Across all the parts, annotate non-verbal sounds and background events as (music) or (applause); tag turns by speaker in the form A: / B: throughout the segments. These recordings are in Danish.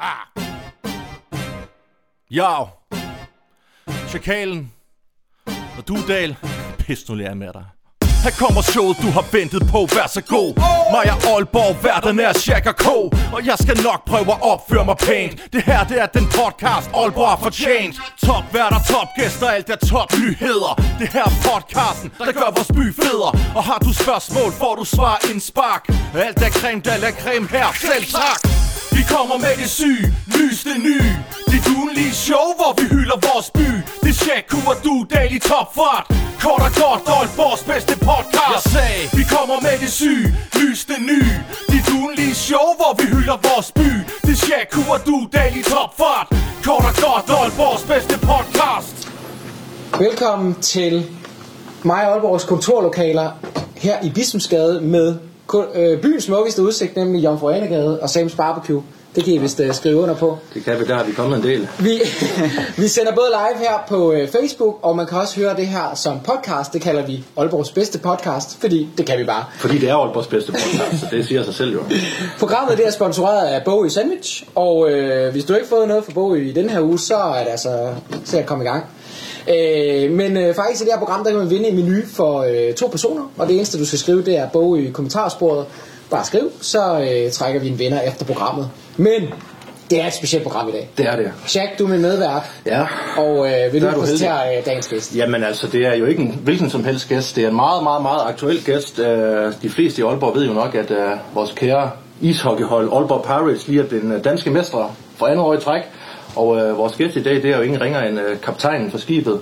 A: Ah! Ja. Chakalen. Og du, Dal. Pis, nu lærer jeg med dig. Her kommer showet, du har ventet på, vær så god Maja Aalborg, værterne er Jack og K Og jeg skal nok prøve at opføre mig pænt Det her, det er den podcast, Aalborg har fortjent Top værter, top gæster, alt er top nyheder Det her er podcasten, der gør vores by federe Og har du spørgsmål, får du svar i en spark Alt er creme, der er creme her, selv tak vi kommer med det syge, lys det nye Dit ugenlige show, hvor vi hylder vores by Det check og du daily topfart Kort og godt, Aalborgs bedste podcast Jeg sagde, vi kommer med det syge, lys det nye Dit ugenlige show, hvor vi hylder vores by Det check og du daily topfart Kort og godt, Aalborgs bedste podcast
B: Velkommen til mig og Aalborgs kontorlokaler her i Bisumsgade med kun- øh, byens smukkeste udsigt, nemlig Jomfru Anegade og Sam's Barbecue. Det kan I vist øh, skrive under på.
C: Det kan vi, der har vi kommet en del.
B: Vi, (laughs) vi sender både live her på øh, Facebook, og man kan også høre det her som podcast. Det kalder vi Aalborgs bedste podcast, fordi det kan vi bare.
C: Fordi det er Aalborgs bedste podcast, så det siger sig selv jo.
B: Programmet det er sponsoreret af Bowie Sandwich, og øh, hvis du ikke har fået noget fra Bowie i den her uge, så er det altså til at komme i gang. Øh, men øh, faktisk i det her program, der kan man vinde en menu for øh, to personer, og det eneste du skal skrive, det er Bowie i kommentarsporet. Bare skriv, så øh, trækker vi en vinder efter programmet. Men det er et specielt program i dag.
C: (laughs) Det er det.
B: Jack, du er min medvært,
C: Ja.
B: og øh, vil du,
C: Der er du
B: præsentere øh, dagens gæst?
C: Jamen altså, det er jo ikke en hvilken som helst gæst. Det er en meget, meget, meget aktuel gæst. Øh, De fleste i Aalborg ved jo nok, at øh, vores kære ishockeyhold Aalborg Pirates lige er blevet øh, danske mestre for andet år i træk. Og øh, vores gæst i dag, det er jo ingen ringer end øh, kaptajnen for skibet,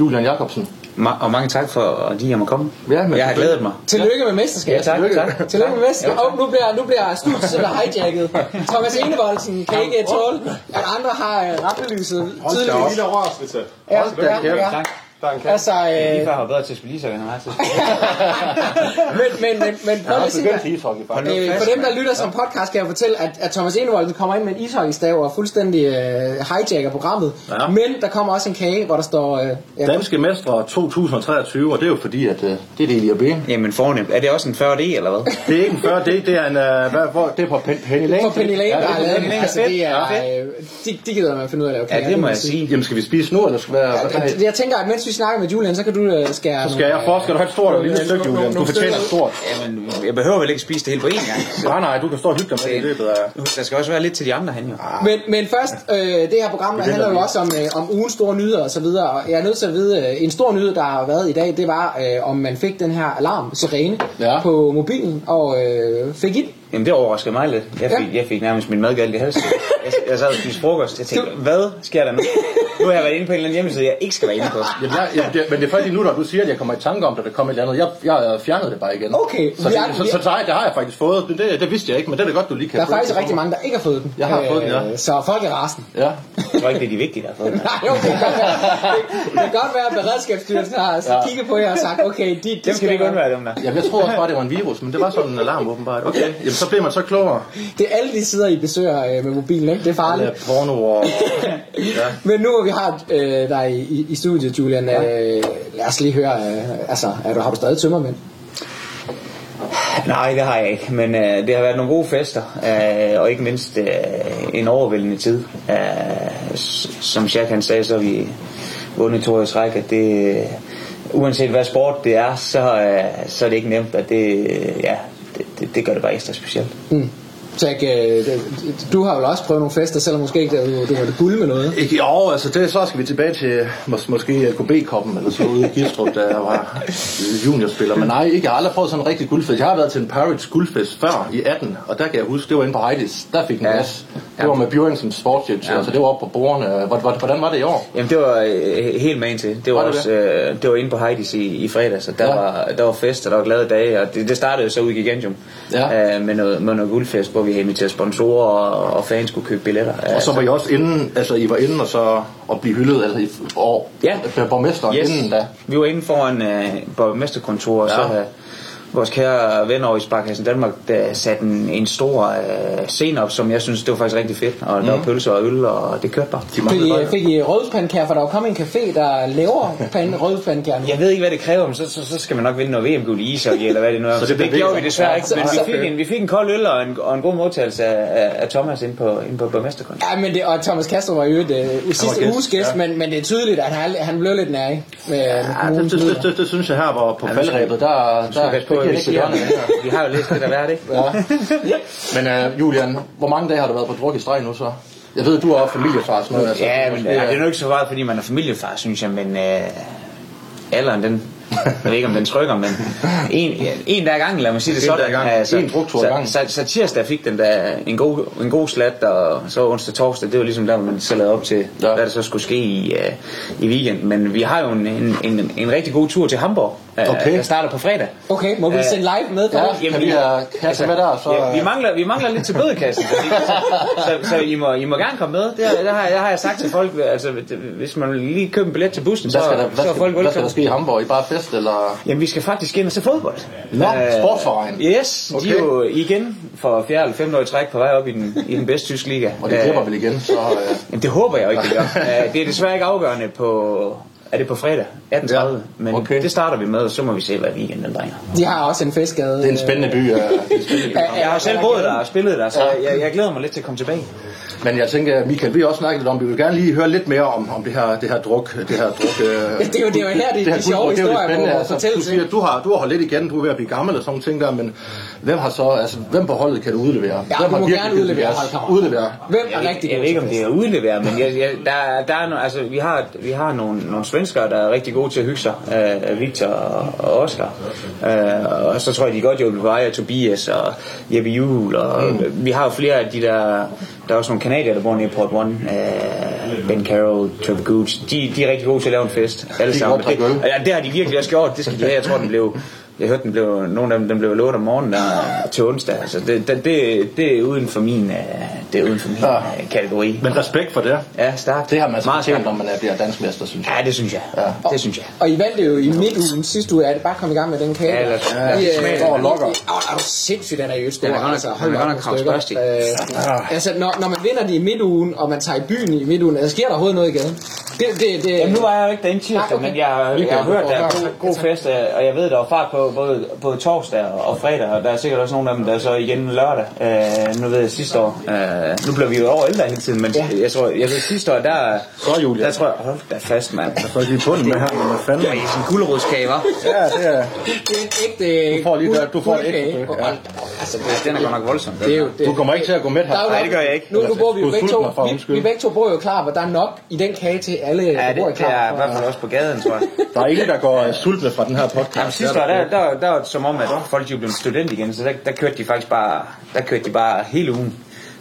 C: Julian Jacobsen.
D: Ma- og mange tak for, at I må komme.
C: Ja, men-
D: jeg har glædet mig.
B: Tillykke med mesterskabet.
D: Ja, tak,
C: Tillykke.
D: tak.
B: Tillykke med Vesten. Og nu bliver, nu bliver studiet simpelthen hijacket. Thomas Enevoldsen kan ikke øh, tåle, at andre har øh, rampelyset tydeligt.
E: lille rørsvitse.
B: Ja,
C: da
B: ja,
C: kæft.
B: ja.
D: Tak.
E: Der er en kat.
B: Altså, øh,
D: har været til spiliser, end han har til
B: (laughs) men, men, men, men prøv lige
C: Han har
B: at se
C: begyndt
B: her.
C: til ishockey, faktisk.
B: Øh, for dem, der lytter som podcast, kan jeg fortælle, at, at Thomas Enevoldsen kommer ind med en ishockeystav og fuldstændig øh, hijacker programmet.
C: Ja.
B: Men der kommer også en kage, hvor der står... Øh, ja,
C: Danske mestre 2023, og det er jo fordi, at øh, det er det, I er blevet.
D: Jamen fornemt. Er det også en 40D, eller hvad?
C: Det er ikke en 40D, det er en... Øh, hvad, hvor, det er på Pen- Penny Lane.
B: for Penny Lane,
C: Ja,
B: der har
C: det er
B: lavet den.
C: Penny Lane.
B: Altså, det er,
C: Ja,
B: øh, de, de gider man finde ud af at lave
D: Ja,
B: kager.
D: det må
B: må
D: jeg
B: sige.
D: sige.
C: Jamen, skal vi spise nu, eller skal, hvad, hvad,
B: Ja, det-
C: hvad,
B: Jeg tænker, at mens vi snakker med Julian, så kan du øh, skære... øh,
C: skal jeg for? Skal du have et stort eller et lille stykke, Julian? Du fortjener et stort.
D: Jamen, jeg behøver vel ikke spise det hele på én gang.
C: Nej, nej, du kan stå og hygge dig med det i løbet af... Ah.
D: Der skal også være lidt til de andre, han jo.
B: Men, men først, øh, det her program handler jo
C: lige.
B: også om, øh, om ugens store nyheder og så videre. Og jeg er nødt til at vide, øh, en stor nyhed, der har været i dag, det var, øh, om man fik den her alarm, sirene, ja.
C: Ja.
B: på mobilen og øh, fik ind.
D: Jamen det overraskede mig lidt. Jeg fik, jeg fik nærmest min mad galt i halsen. Jeg, jeg sad og spiste frokost. Jeg tænkte, hvad sker der nu? Nu har jeg været inde på en eller anden hjemmeside, jeg ikke skal være inde på.
C: Jamen, jeg, jeg, det, men det er faktisk nu, når du siger, at jeg kommer i tanke om det, der kommer et eller andet. Jeg, jeg øh, fjernede det bare igen.
B: Okay,
C: Så,
B: vi
C: det,
B: er-
C: så,
B: vi
C: så,
B: er-
C: så, så det har jeg faktisk fået. Det, det, det vidste jeg ikke, men det er da godt, du lige kan
B: Der er
C: få det.
B: faktisk rigtig mange, der ikke har fået den. Øh,
C: Jeg har fået den, ja.
B: Så folk er rasen.
C: Ja.
D: Jeg tror ikke, det er de vigtige, der har fået den.
B: (laughs) Nej, jo, det kan godt være, det, det kan godt være at Beredskabsstyrelsen har ja. kigget på jer og sagt, okay, de, de
D: Dem skal vi ikke undvære, dem der.
C: Jamen, jeg tror også bare, det var en virus, men det var sådan en alarm åbenbart. Okay, jamen, så bliver man så klogere.
B: Det er alle de sider, I besøger øh, med mobilen, ikke? Det er farligt.
C: Ja, porno og...
B: Men nu hvor vi har øh, dig i, i, i studiet, Julian, øh, lad os lige høre, øh, altså, er du, har du stadig tømmermænd?
D: Nej, det har jeg ikke, men øh, det har været nogle gode fester, øh, og ikke mindst øh, en overvældende tid. Øh, s- som Jack han sagde, så har vi vundet to år i træk, at det, øh, uanset hvad sport det er, så, øh, så er det ikke nemt, og det, øh, ja, det, det, det gør det bare ekstra specielt.
B: Mm. Tak, øh, det- du har vel også prøvet nogle fester, selvom måske ikke det, det var det guld med noget.
C: Ikke, jo, altså det, så skal vi tilbage til mås- måske LKB-koppen, eller så ude i Gistrup, da jeg var juniorspiller. Men nej, ikke, jeg har aldrig prøvet sådan en rigtig guldfest. Jeg har været til en Pirates guldfest før i 18, og der kan jeg huske, det var inde på Heidi's. Der fik den
D: Ja.
C: gas. Det var med Bjørn som sportsdirektør, så det var oppe på bordene. Hvor- hvor- Hvordan var det i år?
D: Jamen det var øh, helt med til. Det var,
C: Var det
D: også, øh, det var inde på Heidi's i, i fredags, og der,
C: Ja.
D: var, der var fest, og der var glade dage, og det, det startede jo så ud i Gigantium
C: Ja.
D: øh, med, noget, med noget guldfest, hvor vi havde inviteret sponsorer, og, og fans kunne købe billetter.
C: Og så var I også inde, altså I var inde og så og blive hyldet altså, i år.
D: Ja.
C: Borgmesteren inden da.
D: Vi var inde foran øh, borgmesterkontoret, og
C: Ja.
D: så, øh, vores kære ven over i Sparkassen Danmark, der satte en, en stor øh, scene op, som jeg synes, det var faktisk rigtig fedt. Og der var pølser og øl, og det kørte bare.
B: Fik I, fik I rødspandekager, for der var kommet en café, der
C: (laughs)
B: laver pan, rødspandekager nu.
D: Jeg ved ikke, hvad det kræver, men så, så, så skal man nok vinde noget VM-guld i ishockey, eller hvad det nu er.
C: Så
D: Så
C: det
D: det, så det
C: bliver
D: gjorde vi
C: VM.
D: desværre ikke,
B: Ja,
D: men
B: så-
D: vi fik en, vi fik en kold øl og en, og en god modtagelse af, af- af Thomas inde på, inde på Borgmesterkontoret.
B: Ja, men det, og Thomas Kastrup var jo et, øh, sidste
C: gæst,
B: uges gæst,
C: ja.
B: men, men det er tydeligt, at han, han blev lidt nærig med, med
C: Ja, det,
B: kommunens
C: det,
B: midler.
C: det, det, det, synes jeg her var på
D: nu skal-
C: faldrebet. Der, der,
D: Så
C: der,
D: pas på, at vi siger
C: der, der,
D: Vi har jo lidt det der værd, ikke?
C: Ja. Men øh, Julian, hvor mange dage har du været på druk i streg nu så? Jeg ved, du er også familiefar og sådan noget. Altså.
D: Ja, men
C: Måske,
D: ja, det er
C: øh,
D: nu ikke så meget, fordi man er familiefar, synes jeg, men øh, alderen, den, jeg ved ikke, om den trykker, men en, ja, en der er gangen, lad mig sige det
C: En
D: sådan.
C: der ad gangen. En druktur ad
D: så,
C: gangen.
D: så, så, tirsdag fik den der en god, en god slat, og så onsdag torsdag, det var ligesom der, hvor man så lavede op til,
C: Ja.
D: ja. hvad der så skulle ske i, øh, i weekenden. Men vi har jo en, en, en, en rigtig god tur til Hamburg, øh,
C: Okay.
D: der starter på fredag.
B: Okay, må vi
D: Øh,
B: sende live med for
C: Ja,
B: ja.
C: kan vi have kasse med der, så...
D: altså, Ja, vi,
C: øh,
D: mangler, vi mangler lidt til bødekassen. fordi- så, så, så I, må, I må gerne komme med. Det, har- det, har, det har jeg sagt til folk. Altså, hvis man lige køber en billet til bussen, så,
C: Hvad skal, der, hvad,
D: så er
C: skal,
D: folk
C: hvad skal der
D: velkommen.
C: ske i Hamburg? I bare fest, eller...
D: Jamen, vi skal faktisk ind og se fodbold.
C: Nå,
D: Øh,
C: sportsvejen.
D: Yes, okay. de er
C: Okay.
D: jo igen for fjerde eller femte år i træk på vej op i den, i den bedste tyske liga.
C: Og det
D: Øh,
C: klipper vel igen, så... Øh,
D: Jamen, det håber jeg jo ikke, det gør. Øh, det er desværre ikke afgørende på... Er det på fredag? 18.30?
C: Ja,
D: Men
C: okay.
D: det starter vi med, og så må vi se, hvad weekenden bringer.
B: De har også en festgade.
C: det er en spændende by. Øh, det er en spændende by.
D: Jeg har selv boet der og spillet der, så jeg, jeg glæder mig lidt til at komme tilbage.
C: Men jeg tænker, Michael, vi har også snakket lidt om, vi vil gerne lige høre lidt mere om, om det, her, det her druk. Det her druk øh,
B: (laughs) Det er jo- det er jo her, de- de sjove
C: guldbrud, det er jo det
B: historier
C: spændende,
B: må
C: altså,
B: fortælle
C: Du
B: til.
C: siger, du har, du har holdt lidt igen, du er ved at blive gammel og sådan nogle ting der, men hvem har så, altså, hvem på holdet kan du udlevere?
B: Ja,
C: hvem
B: du
C: har
B: må
C: virkelig
B: gerne
C: givet
B: udlevere,
C: gas?
B: holdkammerater.
C: Udlevere.
B: Hvem er
D: jeg,
B: rigtig
D: jeg
B: god
D: ved ikke, om
B: til
D: det er udleveret, men jeg, jeg, der, der er no, altså, vi har, vi har nogle, nogle svenskere, der er rigtig gode til at hygge sig. Øh, Victor og, og Oscar. Øh, og så tror jeg, de er godt jo Vej og Tobias og Jeppe Juhl. Og, mm. Vi har jo flere af de der... Der er også nogle kanadier, der bor nede i Port One. Øh, ben Carroll, Trevor Gooch. De, de er rigtig gode til at lave en fest. Alle
C: kan
D: sammen.
C: godt drikke øl.
D: det, ja, det har de virkelig også gjort. Det skal de have. Jeg tror, den blev... Jeg hørte, den blev, nogle af dem den blev lovet om morgenen og til onsdag. Altså, det, det, det, det, er uden for min, øh, det er uden for min
C: Ja.
D: øh, kategori.
C: Men respekt for det.
D: Ja, stærkt.
C: Det har man så
D: Meget
C: fortjent,
D: stærkt.
C: når man er- bliver dansk mester, synes jeg.
D: Ja, det synes jeg. Ja. Det synes jeg.
B: Og I valgte jo i midtugen sidste uge, at bare komme i gang med den kage.
D: Ja,
B: der.
D: ellers-
B: I,
D: ja,
B: øh,
C: smagen er lokker.
B: Åh, er du sindssygt, den er just.
D: Den er godt nok- den er godt nok kravstørstig.
B: Altså, når, når man vinder det i midtugen, og man tager i byen i midtugen, altså, sker der overhovedet noget i gaden? Det, det, det,
D: Jamen, nu var jeg jo ikke derinde tirsdag,
B: Nej, okay.
D: men jeg, jeg,
B: Weekend.
D: har hørt, der er
B: Ja,
D: god, god fest, øh, og jeg ved, der var fart på både, både torsdag og og fredag, og der er sikkert også nogle af dem, der er så igen lørdag. Øh, nu ved jeg sidste år, øh, nu bliver vi jo over ældre hele tiden, men ja. jeg tror, jeg ved sidste år, der,
C: Så, Julia.
D: der tror jeg, hold da fast, mand.
C: Jeg får ikke lige på den med her, men hvad fanden?
D: Jeg er i sådan en gulerodskage, hva'?
C: Ja, det
B: det
C: er...
B: er en ægte...
C: Du får lige der- du får et ægte
B: guldkage.
C: stykke,
B: Og-
C: ja.
B: og- Altså, det,
D: Den er godt nok voldsom.
B: det er jo... Det,
C: Du kommer ikke til at gå med her.
B: Der er jo
D: Nej,
B: nok-
D: det gør jeg ikke. Altså,
B: Nu, nu bor vi jo
C: Du er
B: begge
C: sulten
B: to,
C: herfra,
B: vi,
C: undskyld.
B: vi begge to bor jo klar, hvor der er nok i den kage til alle,
D: Ja,
B: der
D: det,
B: bor i
D: det er
B: klar.
D: i hvert fald også på gaden, tror jeg.
C: Der er ingen, der går øh, sultne fra den her podcast.
D: Jamen, sidste år, der, der, der var det som om, at folk de var blevet student igen, så der, der kørte de faktisk bare, der kørte de bare hele ugen.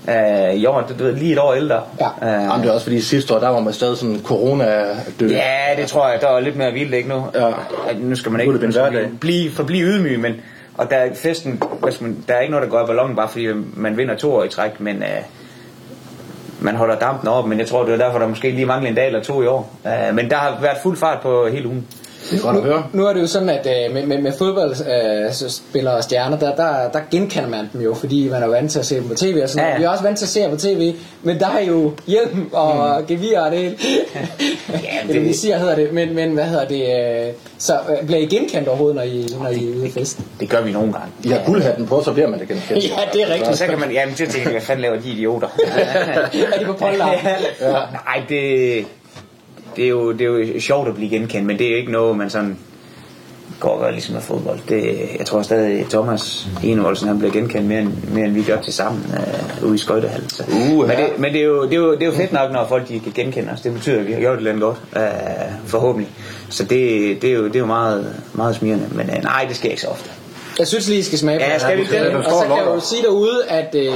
D: Øh, I år, det, du ved, lige et år ældre.
B: Ja.
C: Jamen,
D: øh,
C: det er også fordi sidste år, der var man stadig sådan corona-død.
D: ja det tror jeg, der er lidt mere vildt, ikke nu?
C: Ja.
D: Øh, Nu skal man
C: Nu er det
D: ikke
C: blevet hverdag.
D: blive, forblive ydmyg, men og der er festen, hvis man, der er ikke noget, der går i ballongen, bare fordi man vinder to år i træk, men øh, man holder dampen op, men jeg tror, det er derfor, der måske lige mangler en dag eller to i år. Øh, men der har været fuld fart på hele ugen.
C: Det er godt at høre.
B: Nu er det jo sådan, at øh, med, med, med fodboldspillere og stjerner, der, der, der genkender man dem jo, fordi man er vant til at se dem på tv og sådan
D: Ja,
B: ja,
D: ja.
B: Vi er også vant til at se dem på tv, men der er jo hjelm og mm. (laughs) gevir og det hele.
D: det-
B: ja, det... siger hedder det, men, men hvad hedder det? Øh, så øh, bliver I genkendt overhovedet, når I, når I er ude at fest?
D: Det gør vi nogle gange.
C: I har guldhatten på, så bliver man det genkendt.
B: Ja, det er rigtigt.
D: Og så kan man, jamen det tænker jeg, hvad fanden laver de
B: (laughs)
D: idioter?
B: Er de på polterarm?
D: ja. Nej, det, det, er jo, det er jo sjovt at blive genkendt, men det er ikke noget, man sådan går og gør ligesom med fodbold. Det, jeg tror stadig, Thomas Enevoldsen, han bliver genkendt mere end, mere end vi gør til sammen øh, ude i Skøjtehallen. Så.
C: Uh,
D: men
C: ja.
D: det, men det, er jo, det, er jo, det er jo fedt nok, når folk de kan genkende os. Det betyder, at vi har gjort et eller andet godt, øh, forhåbentlig. Så det, det, er jo, det er jo meget, meget smirrende, men øh, nej, det sker ikke så ofte.
B: Jeg synes lige, I skal smage på
D: Ja,
B: den.
D: skal vi det?
B: Og
C: Den
B: så
C: står
B: kan jeg jo
C: lokker.
B: sige derude, at øh,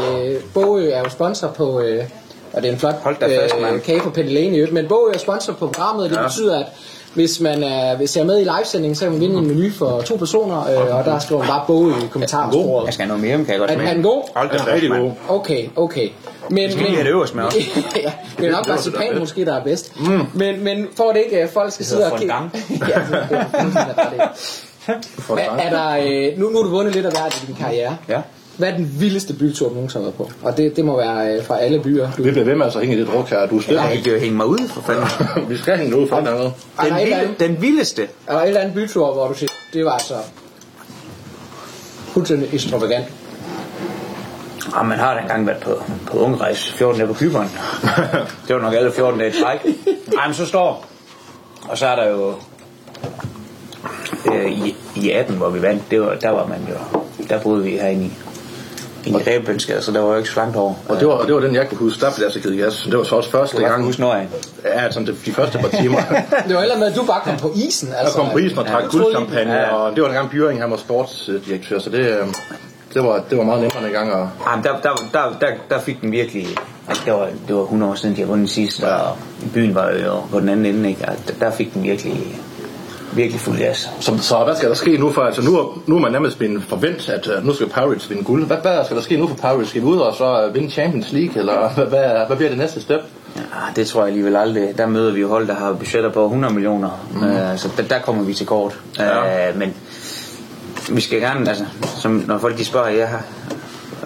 B: Bogø er jo sponsor på... Øh, og det er en flot øh,
D: Hold da fast, mand.
B: kage på Pendelane i øvrigt. Men Bogø er sponsor på programmet, og det
D: Ja.
B: ja. betyder, at hvis man er, hvis jeg er med i livesendingen, så kan man vinde en menu for to personer, øh, og der skriver man bare Bogø i
D: Jeg
B: kommentarsporet.
D: skal have noget mere, men kan jeg godt
B: Er den-
D: smage.
B: er den god?
D: Hold da
C: Det er
D: fast,
C: rigtig
D: mand.
C: god.
B: Okay, okay. Men,
D: skal
B: (laughs)
D: lige have det øverst med også.
B: ja, det er nok
C: øverste, der er
B: marcipan
C: bedst.
B: måske, der er bedst. Mm. Men, men for at det ikke øh, folk skal sidde
D: hedder
B: (laughs) og kigge...
D: fondant.
B: ja, det er- det er- det er- det er-
C: For
B: Er, er der, øh, nu, nu har du vundet lidt af hvert i din karriere.
D: Ja.
B: Hvad er den vildeste bytur, du nogensinde har været på? Og det, det må være øh, fra alle byer. Du...
C: Vi bliver ved med altså at så hænge i det druk her. Du slipper
D: Jeg
C: ikke.
D: kan jo hænge mig ud for fanden.
C: Vi skal hænge noget fra noget.
B: Er der,
D: Den,
B: et eller
D: vild,
B: andet,
D: den vildeste.
B: er der et eller andet bytur, hvor du siger, det var altså fuldstændig ekstravagant?
D: Ah, man har da engang været på, på ungerejse 14 dage
B: (laughs)
D: på Kyberen. det var nok alle 14 dage i træk. Ej, men så står... Og så er der jo... Øh, i, I 18, hvor vi vandt, det var, der var man jo... Der boede vi herinde i, i Rebensgade, så der var jo ikke så langt over.
C: Og det var, og det var den, jeg kunne huske. Der blev jeg så givet gas. Det var så også første
D: det var
C: gang.
D: huske når jeg.
C: Ja, sådan det, de første par
D: (laughs)
C: timer.
B: Det var heller med, at du bare kom på isen.
C: Jeg
B: Altså,
C: kom på isen og
B: Jeg
C: trak
B: troede
C: guldchampagne,
D: lige- Ja.
C: og det var dengang Bjøring, han var sportsdirektør, så det, øh, det, var, det var meget nemmere dengang. Og
D: Ej, men der, der, der, der, der fik den virkelig... Altså, det, var, det var 100 år siden, de havde vundet sidst, og byen var jo på den anden ende, ikke? Og der, der fik den virkelig, virkelig fuld gas.
C: så, så hvad skal der ske nu? For altså, nu, er- nu er man nærmest blevet forvent, at øh, nu skal Pirates vinde guld. Hvad, hvad skal der ske nu for Pirates? Skal vi ud og så øh, vinde Champions League, eller (laughs) hvad, hvad, hvad bliver det næste step?
D: Ah, det tror jeg alligevel aldrig. Der møder vi jo hold, der har budgetter på 100 millioner. Mm. Uh, så der, der kommer vi til kort. Uh,
C: Ja.
D: Men vi skal gerne, altså, som, når folk de spørger, jeg har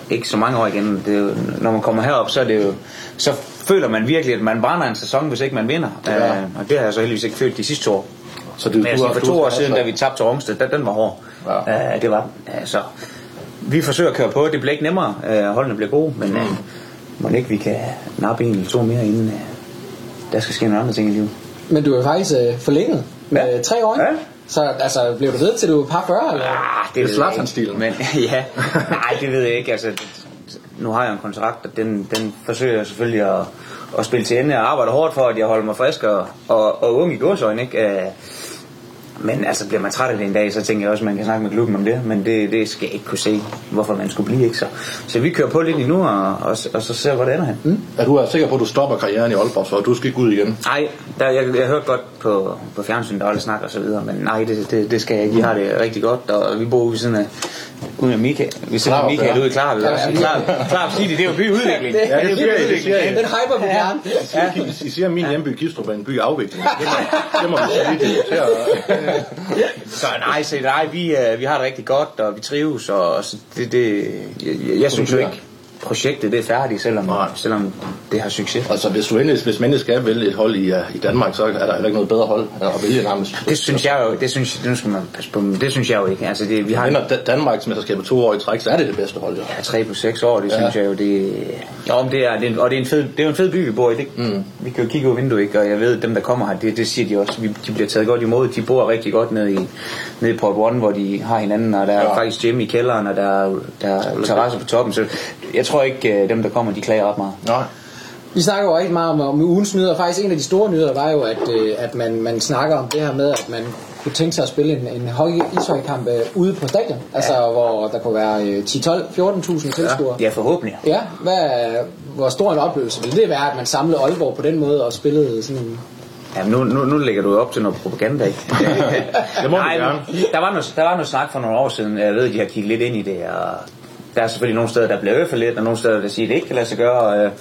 D: ikke så mange år igen. Det er jo, når man kommer herop, så er det jo, så føler man virkelig, at man brænder en sæson, hvis ikke man vinder.
C: Ja.
D: Uh, og det har jeg så heldigvis ikke følt de sidste to år.
C: Så det,
D: Men jeg siger, for
C: du-
D: to
C: du-
D: år siden, da vi tabte til Rungsted, den, den var hård.
C: Ja.
D: Ja. Uh, det var den. Uh, så vi forsøger at køre på. Det bliver ikke nemmere. Uh, holdene bliver gode, men uh, må ikke vi kan nappe en eller to mere, inden uh, der skal ske nogle andre ting i livet.
B: Men du er faktisk øh, forlænget med
D: Ja.
B: tre år. ikke?
D: Ja.
B: Så altså, blev du ved til, du var par 40? Eller?
D: Ah,
C: Det er
D: ved jeg
C: Zlatan-stilen.
D: ikke. Men, (laughs) ja, nej, det ved jeg ikke. Altså, det- nu har jeg en kontrakt, og den, den forsøger jeg selvfølgelig at, at spille til ende. Jeg arbejder hårdt for, at jeg holder mig frisk og, og, og ung i godsøjne, ikke? Øh, Men altså, bliver man træt af det en dag, så tænker jeg også, at man kan snakke med klubben om det. Men det, det skal jeg ikke kunne se, hvorfor man skulle blive, ikke? Så, så vi kører på lidt endnu, og, og, og så ser hvor det ender hen. Mm.
C: Er du er sikker på, at du stopper karrieren i Aalborg, så du skal ikke ud igen?
D: Nej, der, jeg, jeg hørte godt på, på fjernsyn, der var lidt snak og så videre, men nej, det, det, det skal jeg ikke. Vi har det rigtig godt, og vi bor ude ved siden af, ude af Michael, ved siden af
C: Klarup,
D: Michael
C: ja.
D: ude i Klarby. Ja,
B: Ja.
D: Klar, Klar, sig det, det er jo byudvikling.
B: Ja,
C: det siger I, det siger I.
B: Den hyper vi gerne.
C: Ja. I siger, at min hjemby Gistrup er en by i afvikling. Det må, det må vi så lige diskutere.
D: Så nej, så nej, vi, øh, vi har det rigtig godt, og vi trives, og så det, det, jeg, jeg, jeg synes jo ikke, projektet det er færdigt, selvom,
C: Nej.
D: selvom det har succes.
C: (laughs) Altså, hvis, du endelig, hvis man endelig skal vælge et hold i, uh, i Danmark, så er der heller ikke noget bedre hold at vælge nærmest.
D: Det synes jeg jo, det synes, nu skal man passe på, men det synes jeg jo ikke. Altså, det, vi har en
C: Vinder Dan- Danmarks mesterskab to år i træk, så er det det bedste hold, jo.
D: Ja, 3 på 6 år, det ja. synes jeg jo, det, jo, men det er, det er, og det er, en fed, det er jo en fed by, vi bor i. Det, mm. Vi kan jo kigge ud af vinduet, ikke? og jeg ved, at dem, der kommer her, det, det siger de også. Vi, de bliver taget godt imod. De bor rigtig godt nede i, nede i Port One, hvor de har hinanden, og der er
C: Ja.
D: faktisk gym i kælderen, og der er, der er terrasse på toppen. Så jeg tror ikke, øh, dem, der kommer, de klager ret meget.
C: Nej.
B: Vi snakker jo rigtig meget om, om ugens nyheder. Faktisk en af de store nyheder var jo, at, øh, at man, man snakker om det her med, at man kunne tænke sig at spille en, en hockey ishockeykamp øh, ude på stadion. Altså, hvor der kunne være øh, 10, 12, 14.000 tilskuere.
D: Ja, forhåbentlig.
B: Ja, hvad, hvor stor en oplevelse ville det være, at man samlede Aalborg på den måde og spillede sådan en...
D: Jamen, nu, nu, nu lægger du jo op til noget propaganda, ikke?
C: (laughs) Det må vi
D: men
C: gerne.
D: Der var, noget, der var noget snak for nogle år siden, jeg ved, at de har kigget lidt ind i det, og der er selvfølgelig nogle steder, der bliver øget for lidt, og nogle steder, der siger, at det ikke kan lade sig gøre. Og, øh,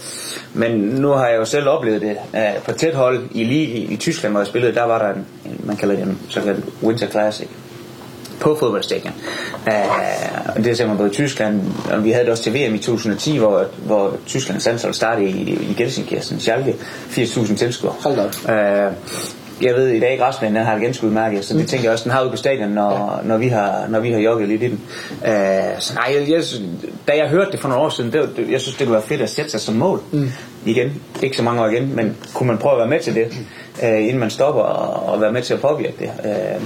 D: men nu har jeg jo selv oplevet det øh, på tæt hold i lige i, i Tyskland, hvor jeg spillede, der var der en, en man kalder det en såkaldt Winter Classic på fodboldstadion. Øh, og det ser man både i Tyskland, og vi havde det også til VM i 2010, hvor, hvor Tysklands landshold startede i, i Gelsenkirchen, Schalke, 80.000 tilskuere.
B: Hold da op.
D: Øh, jeg ved i dag, at græsplænen den har et ganske udmærket,
B: Mm.
D: så det tænker jeg også, den har ude på stadion, når, når, vi, har, når vi har jogget lidt i den. Øh, så nej, jeg, jeg, synes- da jeg hørte det for nogle år siden, det, var- det, jeg synes, det kunne være fedt at sætte sig som mål. Mm. Igen, ikke så mange år igen, men kunne man prøve at være med til det,
B: Mm.
D: øh, inden man stopper, og, og være med til at påvirke det. Øh,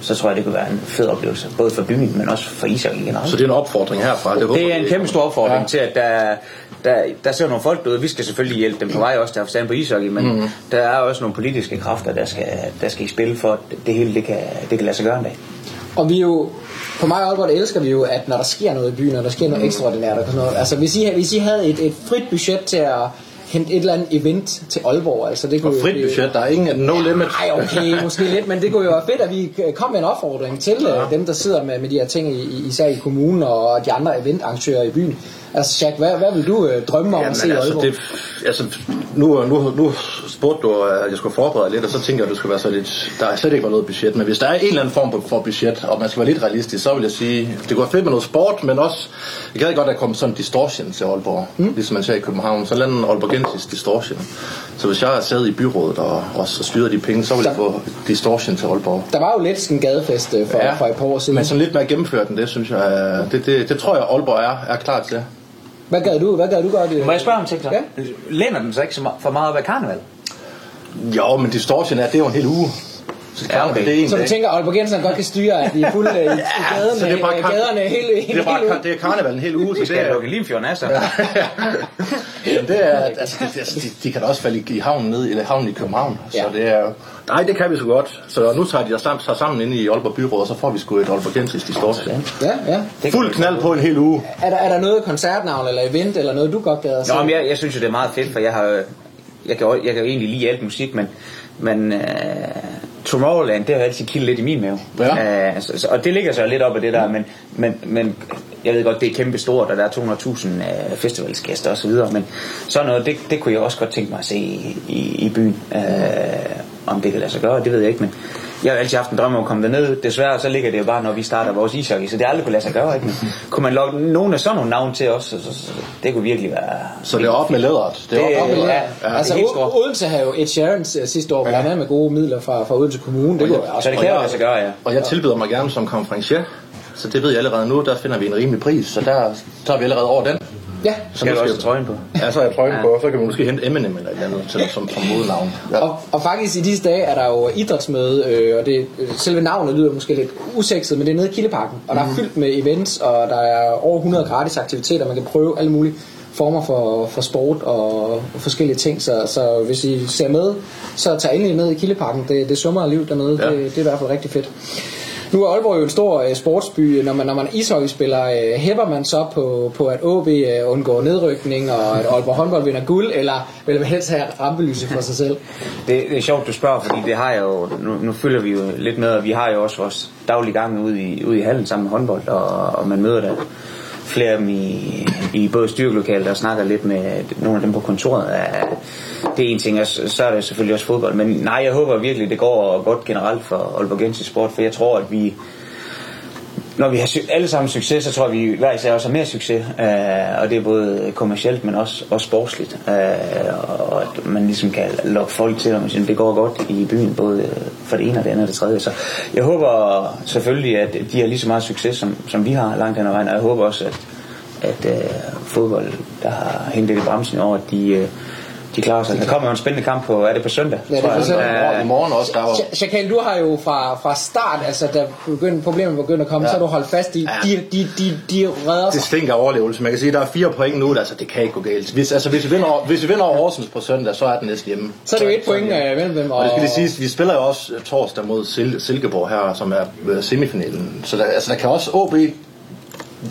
D: så tror jeg, det kunne være en fed oplevelse, både for byen, men også for ishockey generelt.
C: Så det er en opfordring herfra. Det, håber
D: Det er en
C: vi-
D: kæmpe stor opfordring
C: Ja.
D: ja. til, at der, der, der sidder nogle folk derude. Vi skal selvfølgelig hjælpe dem på vej også, der har forstand på ishockey, men
C: Mm-hmm.
D: mm. der er også nogle politiske kræfter, der skal, der skal i spil for, at det hele det kan, det kan lade sig gøre en dag.
B: Og vi er jo, på mig og Aalborg der elsker vi jo, at når der sker noget i byen, og der sker
C: Mm.
B: noget ekstraordinært og sådan noget. Altså hvis I, hvis I havde et, et frit budget til at hente et eller andet event til Aalborg, altså det
C: Og
B: kunne jo
C: frit
B: blive-
C: budget, der er ingen no limit.
B: Nej, okay, måske lidt, men det kunne jo være fedt, at vi øh, kom med en øh, opfordring til ja. dem, der sidder med, med de her ting, i, i- især i kommunen og de andre eventarrangører i byen, Altså, Jack, hvad, hvad vil du øh, drømme om
C: Jamen,
B: at se i
C: altså,
B: Aalborg?
C: det, altså, nu, nu, nu spurgte du, at jeg skulle forberede lidt, og så tænker jeg, at det skulle være så lidt... Der er slet ikke var noget budget, men hvis der er en eller anden form for- for budget, og man skal være lidt realistisk, så vil jeg sige, det kunne være fedt med noget sport, men også... Jeg gad godt, at der kom sådan en distortion til Aalborg, mm. ligesom man ser i København. Sådan en eller anden aalborgensisk distortion. Så hvis jeg sad i byrådet og, og styrer de penge, så ville jeg
B: Så-
C: få distortion til Aalborg.
B: Der var jo lidt sådan en gadefest øh, for, ja, for et par år siden.
C: men sådan lidt med at gennemføre den, det synes jeg, er- det, det, det tror jeg, Aalborg er, er klar til.
B: Hvad gad du, hvad gad du godt? øh?
D: Må jeg spørge om ting så?
B: Ja.
D: Lænder den sig ikke så meget- for meget op ad karneval?
C: Jo, men distortion er, det er jo en hel uge. Så det,
D: Ja, okay.
C: det er en
B: Så du
C: dag.
B: tænker, at Aalborgenserne godt kan styre, at de er fulde øh, i,
C: (laughs)
B: i gaderne, øh,
C: så det er bare, kar-
B: gaderne hele,
C: det er bare kar- det er karneval en hel uge, så
D: Vi
C: det
D: skal
C: er
B: (laughs)
D: lukke Limfjorden af sig.
C: Jamen, det er, altså, det, det- altså, de, de, kan da også falde i, i havnen ned, eller havnen i København. Ja.
B: Ja.
C: Så det er, nej, det kan vi så godt. Så nu tager de os sammen, tager sammen inde i Aalborg Byråd, og så får vi sgu et Aalborgensisk distortion.
B: Ja, ja.
C: Fuld knald på en hel uge.
B: Er der, er der noget koncertnavn eller event eller noget, du godt gad at se?
D: Nå, men jeg, jeg synes jo, det er meget fedt, for jeg har øh, jeg kan, jo- jeg kan jo egentlig lide alt musik, men, men øh, Tomorrowland, det har jo altid kildet lidt i min mave.
C: Ja.
D: Øh, så, så, og det ligger så lidt op af det der, men, men, men jeg ved godt, det er kæmpe stort, og der er 200.000 øh, festivalsgæster osv., men sådan noget, det, det kunne jeg også godt tænke mig at se i, i, i byen. Øh, om det kan lade sig gøre, det ved jeg ikke, men jeg har jo altid haft en drøm om at komme derned. Desværre så ligger det jo bare, når vi starter vores ishockey, så det har aldrig kunne lade sig gøre. Ikke? Men kunne man lokke nogen af sådan nogle navn til os, så, så, så, det kunne virkelig være
C: Så det er op med læderet. Det er op,
D: Det-
C: op med læderet.
D: ja.
B: Ja, altså,
D: helt
B: O-
D: skort.
B: Odense har jo Ed Sheerans øh, sidste år, blandt andet med gode midler fra, fra Odense Kommune. Det kunne være også.
D: Så det kan jo altså gøre, ja.
C: Og jeg tilbyder mig gerne som konferencier. Så det ved jeg allerede nu, der finder vi en rimelig pris, så der tager vi allerede over den.
B: Ja.
C: Så
D: Skal
C: nu
D: du også have trøjen på?
C: Ja, så har jeg trøjen på, og så kan vi måske hente Eminem eller et eller andet til, som, som modnavn. Ja.
B: Og, og faktisk i disse dage er der jo idrætsmøde, øh, og det, øh, selve navnet lyder måske lidt usekset, men det er nede i Kildeparken, og der er fyldt med events, og der er over 100 gratis aktiviteter, man kan prøve alle mulige former for, for sport og forskellige ting, så, så hvis I ser med, så tag endelig med i Kildeparken, det, det summer af liv dernede, ja.
C: Ja.
B: det, det er i hvert fald rigtig fedt. Nu er Aalborg jo en stor øh, sportsby. Når man, når man er ishockeyspiller, øh, hæpper man så på, på at AB øh, undgår nedrykning, og at Aalborg håndbold vinder guld, eller vil man helst have rampelyset for sig selv?
D: Det, det er sjovt, du spørger, fordi det har jeg jo, nu, nu følger vi jo lidt med, og vi har jo også vores daglige gang ude i, ude i hallen sammen med håndbold, og, og man møder der flere af dem i, i både styrkelokalet og snakker lidt med nogle af dem på kontoret. Ja, Det er en ting, og så så er det selvfølgelig også fodbold, men nej, jeg håber virkelig, det går godt generelt for Aalborgensis Sport, for jeg tror, at vi, når vi har sy- alle sammen succes, så tror jeg, vi hver især også har mere succes. Øh, og det er både kommercielt, men også, også sportsligt. Øh, og at man ligesom kan lokke folk til, og man siger, det går godt i byen, både øh, for det ene og det andet og det tredje. Så jeg håber selvfølgelig, at de har lige så meget succes, som, som vi har langt hen ad vejen. Og jeg håber også, at, at øh, fodbold, der har hængt lidt i bremsen over, at de, øh, de klarer sig. Der kommer jo en spændende kamp på, er det på søndag?
B: Ja, det er
D: tror jeg.
B: på søndag.
D: Øh,
C: Og i morgen også, der var...
B: Sha- Shakal, du har jo fra, fra start, altså da begyndte, problemet begyndte at komme, ja. så har du holdt fast i,
C: Ja.
B: de, de, de, de redder sig.
C: Det stinker af overlevelse. Man kan sige, at der er fire point nu, altså det kan ikke gå galt. Hvis, altså, hvis, vi vinder, over- hvis vi vinder over Horsens på søndag, så er den næsten hjemme.
B: Så er det jo et point øh, mellem dem.
C: Og det skal lige siges, vi spiller jo også øh, torsdag mod Sil- Silkeborg her, som er øh, semifinalen. Så der, altså, der kan også OB,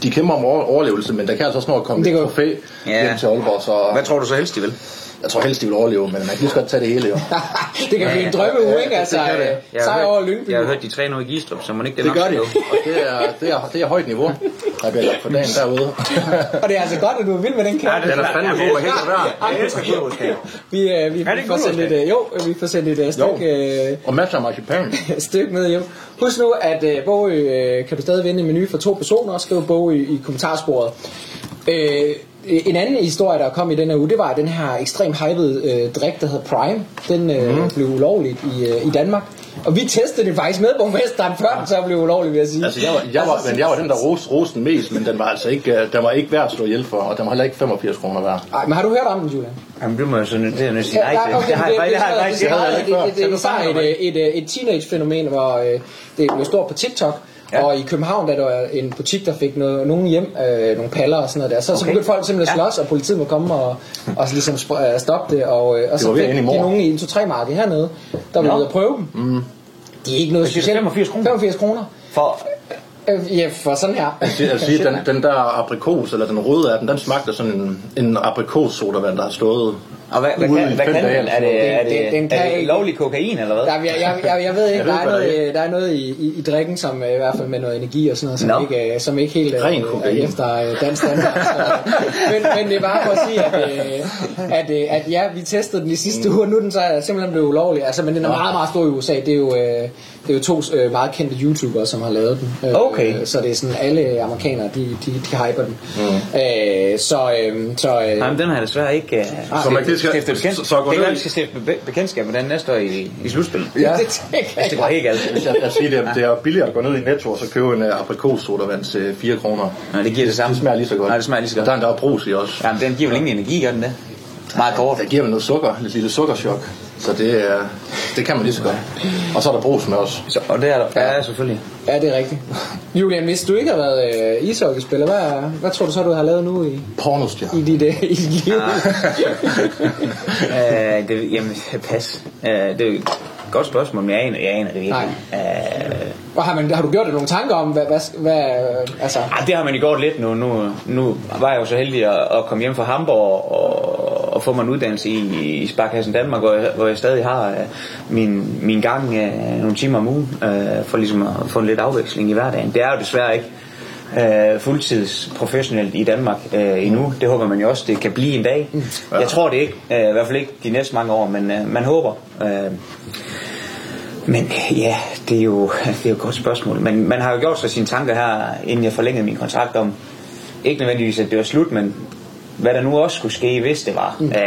C: de kæmper om over- overlevelse, men der kan altså også nå at komme
B: Det
C: det
B: går-
C: et trofæ
D: Ja.
C: hjem til Aalborg, så
D: Hvad tror du så helst, de vil?
C: jeg tror helst, de vil overleve, men man kan lige så godt tage det hele, jo.
B: (laughs) det kan blive en drømmeuge, ikke? Altså,
C: det kan det.
B: øh, sejr over Lyngby.
D: jeg har hørt, de træner i Gistrup, så må ikke det
C: Det
D: nok
C: gør
D: skal
C: de,
D: gå.
C: og det er, det er, det er højt niveau, der bliver lagt for dagen derude.
B: Og det er altså godt, at du er vild med den kæmpe.
D: Ja, det er fandme god, hvad
C: hænger der?
D: Jeg elsker gulerodskage.
B: Vi, øh, vi,
D: Er det
B: vi
D: en
B: får sendt
D: gulerod,
B: et, øh, jo, vi får sendt et øh, stykke, øh,
C: Og masser af marcipan.
B: (laughs) stykke med hjem. Husk nu, at øh, Bogø øh, kan du stadig vinde en menu for to personer, og skriv Bogø i kommentarsporet. Øh, en anden historie, der kom i den her uge, det var den her ekstremt hypede øh, drik, der hedder Prime. Den øh, mm. blev ulovlig i, øh, i Danmark. Og vi testede det faktisk med borgmesteren, før den så blev ulovlig, vil jeg sige.
C: Altså, jeg var, jeg var, men jeg var den, der roste rosen mest, men den var altså ikke, øh, den var ikke værd at slå ihjel for, og den var heller ikke 85 kroner værd.
B: Ej, men har du hørt om den, Julian?
D: Jamen, det må jeg så nødt til at sige nej til.
B: okay,
D: Det har jeg faktisk- det har jeg
B: det,
D: faktisk ikke.
B: det, det, det, det, det,
D: Så
B: det,
D: du
B: især
D: fanger
B: et,
D: mig.
B: øh, et, øh, et teenage-fænomen, hvor øh, det blev stort på TikTok. Ja.
D: Ja.
B: Og i København, da der var en butik, der fik noget, nogen hjem, øh, nogle paller og sådan noget der, så, okay. så
D: Okay.
B: begyndte folk simpelthen at slås, og politiet må komme og, og så ligesom sp- øh, stoppe det. Og, øh, og så
C: var ved
B: fik
C: at ende
B: de
C: i mor.
B: nogen i en 2-3-marked hernede, der blev
D: Nå.
B: ude at prøve dem. Mm. Det er ikke noget
D: Hvad siger du,
B: specielt.
D: 85 kroner?
B: 85 kroner.
D: For
B: Øh, ja, for sådan her.
C: Det- Jeg siger, den, den der aprikos, eller den røde af den, den smagte af sådan en, en aprikossodavand, der har stået
D: Og hvad, hvad,
C: Ude
D: kan,
C: i
D: hvad
C: fem
D: kan
C: dage
D: den? Er det, er
B: Den-
D: det,
B: den- den
D: er
B: kan
D: det
B: ikke-
D: lovlig kokain, eller hvad?
B: Der, jeg, jeg, jeg, jeg ved ikke,
C: Jeg
B: der er
C: ved, hvad det
B: noget, øh, der er noget i, i, i drikken, som øh, i hvert fald med noget energi og sådan noget, som,
D: Nå.
B: ikke, øh, som ikke helt øh,
C: Ren
B: er
C: kokain.
B: efter øh, dansk standard. Så, men, men det er bare for at sige, at, øh, at, øh, at ja, vi testede den i sidste uge, og nu er den så øh, simpelthen blevet ulovlig. Altså, men den er meget, meget stor i USA. Det er jo, øh, det er jo to øh, meget kendte YouTubere, som har lavet den. Øh,
D: Okay.
B: Så det er sådan, alle amerikanere, de, de, de hyper den. Mm. Øh, så, øh, så øh,
D: Nej, men den har jeg desværre ikke... Uh,
B: Så man
C: kan-
D: stiftet
C: så-
D: bekendtskab.
C: så går
D: det
C: ned
D: kan være,
C: i-
D: vi skal stifte be- bekendtskab med den næste år i, i slutspillet.
C: Ja.
B: det tænker
D: Altså, det går ikke
C: Hvis
D: altid.
C: jeg, jeg siger, det, er- det er billigere at gå ned i Netto og så købe en øh, aprikossodavand til 4 kroner.
D: Nå, det giver det samme.
C: Det smager lige så godt.
D: Nej, det smager lige så godt.
C: Der er der er brus i også.
D: Jamen, den giver vel ingen energi, gør den det? Meget kort.
C: Der giver man noget sukker, lidt lille sukkerchok. Så det, er, det kan man lige så godt. Og så er der brus med os.
D: Så, og det er der. Ja, ja selvfølgelig.
B: Ja, det er rigtigt. Julian, hvis du ikke har været øh, ishockeyspiller, hvad, hvad tror du så, du har lavet nu i, i
C: Pornostjerne.
B: dit, øh, i dit liv?
D: Ah. Øh, det, jamen, pas. Øh, det er jo et godt spørgsmål, men jeg aner, jeg aner det virkelig. Øh,
B: (laughs) Og har, man, har du gjort dig nogle tanker om, hvad, hvad, hvad øh, altså,
D: Ej, Ah, det har man jo gjort lidt nu. Nu, nu var jeg jo så heldig at, at komme hjem fra Hamburg og, og få mig en uddannelse i, i Sparkassen Danmark, hvor jeg, hvor jeg stadig har øh, min, min gang øh, nogle timer om ugen, øh, for ligesom at få en lidt afveksling i hverdagen. Det er jo desværre ikke øh, fuldtids professionelt i Danmark øh, endnu. Det håber man jo også, det kan blive en dag. Jeg tror det ikke, øh, i hvert fald ikke de næste mange år, men øh, man håber. Øh, men ja, det er jo, det er jo et godt spørgsmål. Men man har jo gjort sig sine tanker her, inden jeg forlængede min kontrakt om, ikke nødvendigvis, at det var slut, men hvad der nu også skulle ske, hvis det var. Mm. Æh,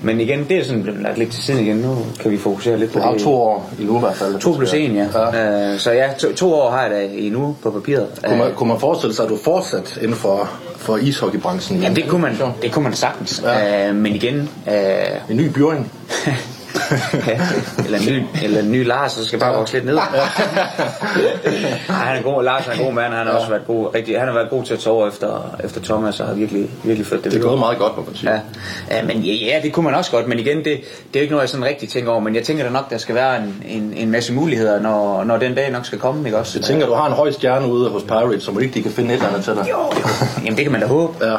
D: men igen, det er sådan blevet lagt lidt til siden igen. Nu kan vi fokusere lidt på
C: Du har jo
D: det.
C: to år i nu i hvert fald.
D: To plus en, ja. ja. Øh, så ja, to, to år har jeg da endnu på papiret.
C: Kunne man,
D: Øh,
C: kunne man forestille sig, at du fortsat inden for, for ishockeybranchen?
D: ja, det kunne man, det kunne man sagtens.
C: Ja.
D: Ja. Øh, men igen, øh,
C: En ny Bjørn.
D: ja, eller, en ny, eller en ny Lars, så skal bare vokse lidt ned. Ej, han er god. Lars er en god mand. Han har også været god. Rigtig, han har været god til at tage over efter, efter Thomas, og har virkelig, virkelig fået det
C: Det er
D: videre.
C: gået meget godt, må man sige.
D: Ja. ja, men ja, ja, det kunne man også godt, men igen, det, det er jo ikke noget, jeg sådan rigtig tænker over, men jeg tænker da nok, der skal være en, en, en masse muligheder, når, når den dag nok skal komme, ikke også?
C: Jeg tænker, du har en høj stjerne ude hos Pirates, som ikke de kan finde et eller andet til dig.
D: Jo, jo. Jamen, det kan man da håbe.
C: Ja.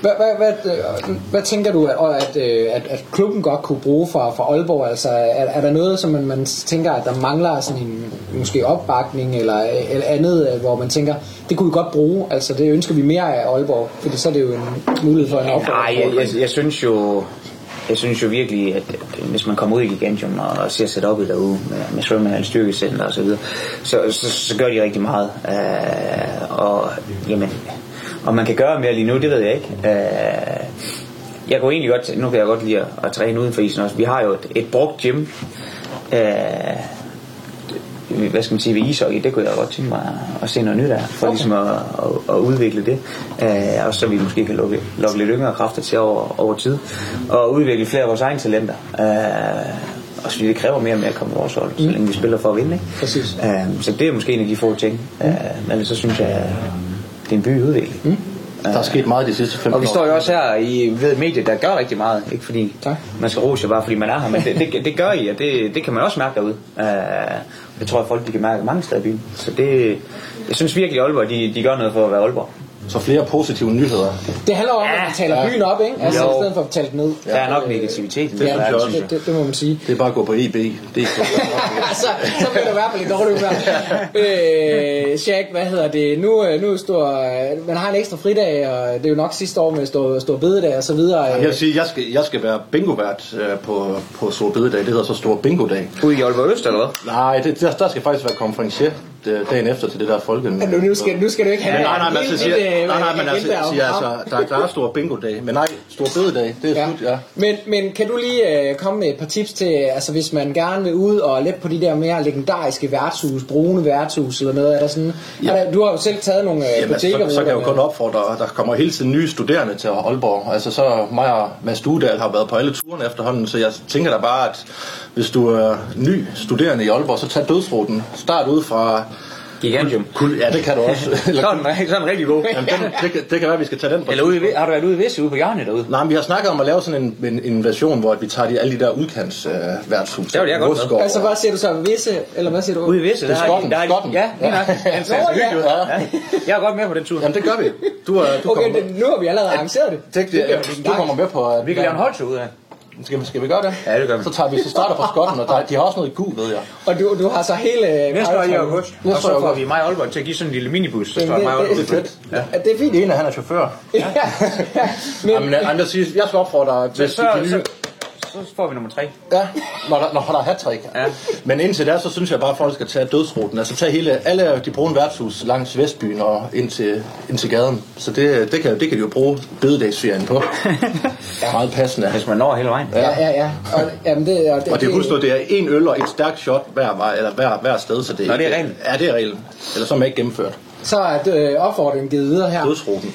B: hvad, hvad, hvad, øh, hvad tænker du, at, og at, øh, at, at klubben godt kunne bruge fra, fra Aalborg? Altså, er, er der noget, som man, man tænker, at der mangler sådan en måske opbakning eller, eller andet, øh, hvor man tænker, det kunne vi godt bruge, altså det ønsker vi mere af Aalborg, fordi så er det jo en mulighed for en
D: Nej,
B: opbakning.
D: jeg, jeg, jeg synes jo... Jeg synes jo virkelig, at at hvis man kommer ud i Gigantium og, og ser setupet derude med, med svømmehal, styrkecenter og så videre, så, så, så gør de rigtig meget. Øh, og jamen, om man kan gøre mere lige nu, det ved jeg ikke. Øh, jeg kunne egentlig godt, nu kan jeg godt lide at, at træne uden for isen også. Vi har jo et, et brugt gym. Øh, hvad skal man sige, ved ishockey, det kunne jeg godt tænke mig at se noget nyt af, for okay. ligesom at, at, at udvikle det, øh, og så vi måske kan lukke, lukke lidt yngre kræfter til over, over tid, og udvikle flere af vores egne talenter. Øh, og så det kræver mere og mere at komme vores hold, så længe vi spiller for at vinde. Ikke?
B: Præcis.
D: Øh, så det er måske en af de få ting, øh, men ellers så synes jeg, det er en by i udvikling. Mm.
C: Der er sket meget de sidste 15 år.
D: Og vi står jo også her i, ved et medie, der gør rigtig meget. Ikke fordi
B: Tak.
D: man skal rose jer bare, fordi man er her, men det, det, det gør I, og det, det kan man også mærke derude. Uh, det tror jeg, folk de kan mærke mange steder i byen. Så det, jeg synes virkelig, Aalborg de, de gør noget for at være Aalborg.
C: Så flere positive nyheder.
B: Det handler om, at man taler byen op, ikke? Altså,
D: Jo.
B: i stedet for at tale den ned.
D: Ja. Der er nok negativitet i den
C: synes jeg
D: verden,
C: også.
D: synes jeg.
B: Det, det, det må man sige.
C: Det er bare at gå på EB. Det er
B: (laughs)
D: (laughs)
B: så, Altså, så bliver det i hvert fald et dårligt humør. Øh, Jack, hvad hedder det? Nu, øh, nu står, øh, man har en ekstra fridag, og det er jo nok sidste år med stor, stor bededag og så videre.
C: jeg
B: Øh,
C: vil sige, jeg skal, jeg skal være bingovært øh, på, på Stor Bededag. Det hedder så Stor Bingodag.
D: Ude i Aalborg Øst, eller hvad?
C: Nej, det, der, der skal faktisk være konferencier øh, dagen efter til det der folke. Men,
B: Øh, nu, nu, skal, nu skal du ikke have
C: Men nej, nej, men altså,
B: hele
C: siger,
B: dit, øh,
C: nej, nej, men altså,
B: agenda om-
C: siger, altså, der, der er Stor Bingodag. Men nej, Stor Bededag, det er
B: Ja.
C: slut, ja.
B: Men, men kan du lige øh, komme med et par tips til, altså hvis man gerne vil ud og lette på de der mere legendariske værtshus, brune værtshus eller noget, er der sådan, ja. er der, du har jo selv taget nogle øh,
C: Jamen, altså, så,
B: bodegaruter
C: så kan jeg jo
B: med.
C: kun opfordre, og der kommer hele tiden nye studerende til Aalborg. Altså så mig og Mads Dudal har været på alle turene efterhånden, så jeg tænker da bare, at hvis du er ny studerende i Aalborg, så tag dødsruten. Start ud fra...
D: Gigantium.
C: Kul, ja, det kan du også. (laughs) Eller,
D: Sådan, sådan rigtig god.
C: jamen, den, det, kan- det kan være, at vi skal tage den på.
D: Eller ude i, har du været ude i Visse, ude på hjørnet derude?
C: Nej, men vi har snakket om at lave sådan en, en, en version, hvor at vi tager de, alle de der udkants øh, værtshus.
D: Det vil jeg godt med.
C: Rustgård.
B: Altså, hvad siger du så? Visse, eller hvad siger du?
D: Ude i Visse, der
C: Det er skotten,
D: der
C: skotten.
D: Ja, lige nok.
B: Nå, ja.
C: Ja.
D: Jeg er godt med på den tur.
C: Jamen, det gør vi. Du, øh, du
B: Okay,
C: kommer
B: det, nu har vi allerede arrangeret det.
C: Tænk, det, øh,
B: bliver
C: du kommer med på...
D: Vi kan lave en holdtur ud af.
C: Skal vi, skal vi gøre det?
D: Ja, det gør vi.
C: Så tager vi, så starter fra skotten, og der, de har også noget gul, ved jeg.
B: Og du, du har så hele... øh,
D: Næste år i
B: Pirates-
D: august, og
C: Næste år i
D: så får
C: august.
D: vi mig og Aalborg til at give sådan en lille minibus, så
B: Jamen,
D: står mig og
B: det-
D: Aalborg
B: det-
D: på.
B: Ja. Det er fint.
C: Det ene er, han er
B: (laughs)
C: chauffør.
B: Ja, ja.
C: Jamen,
B: Men,
C: andre siger, jeg skal opfordre dig,
D: Så,
C: hvis de nye...
D: så, så, så får vi nummer tre.
C: Ja, når der, når der er hat
D: Ja.
C: ja. Men indtil da, så synes jeg bare, at folk skal tage dødsruten. Altså tage hele, alle de brune værtshus langs Vestbyen og ind til, ind til gaden. Så det, det, kan, det kan de jo bruge
D: (laughs)
C: bededagsferien på. ja. Meget passende.
D: Hvis man når hele vejen.
B: ja, ja, ja. Og, jamen, det, og det,
C: Og det er husk det er en øl og et stærkt shot hver, vej- eller hver, hver sted, så det,
D: Nå, det er reglen.
C: Ja, det er reglen. Eller så er man ikke gennemført.
B: Så er øh, opfordringen givet videre her.
C: Dødsruten.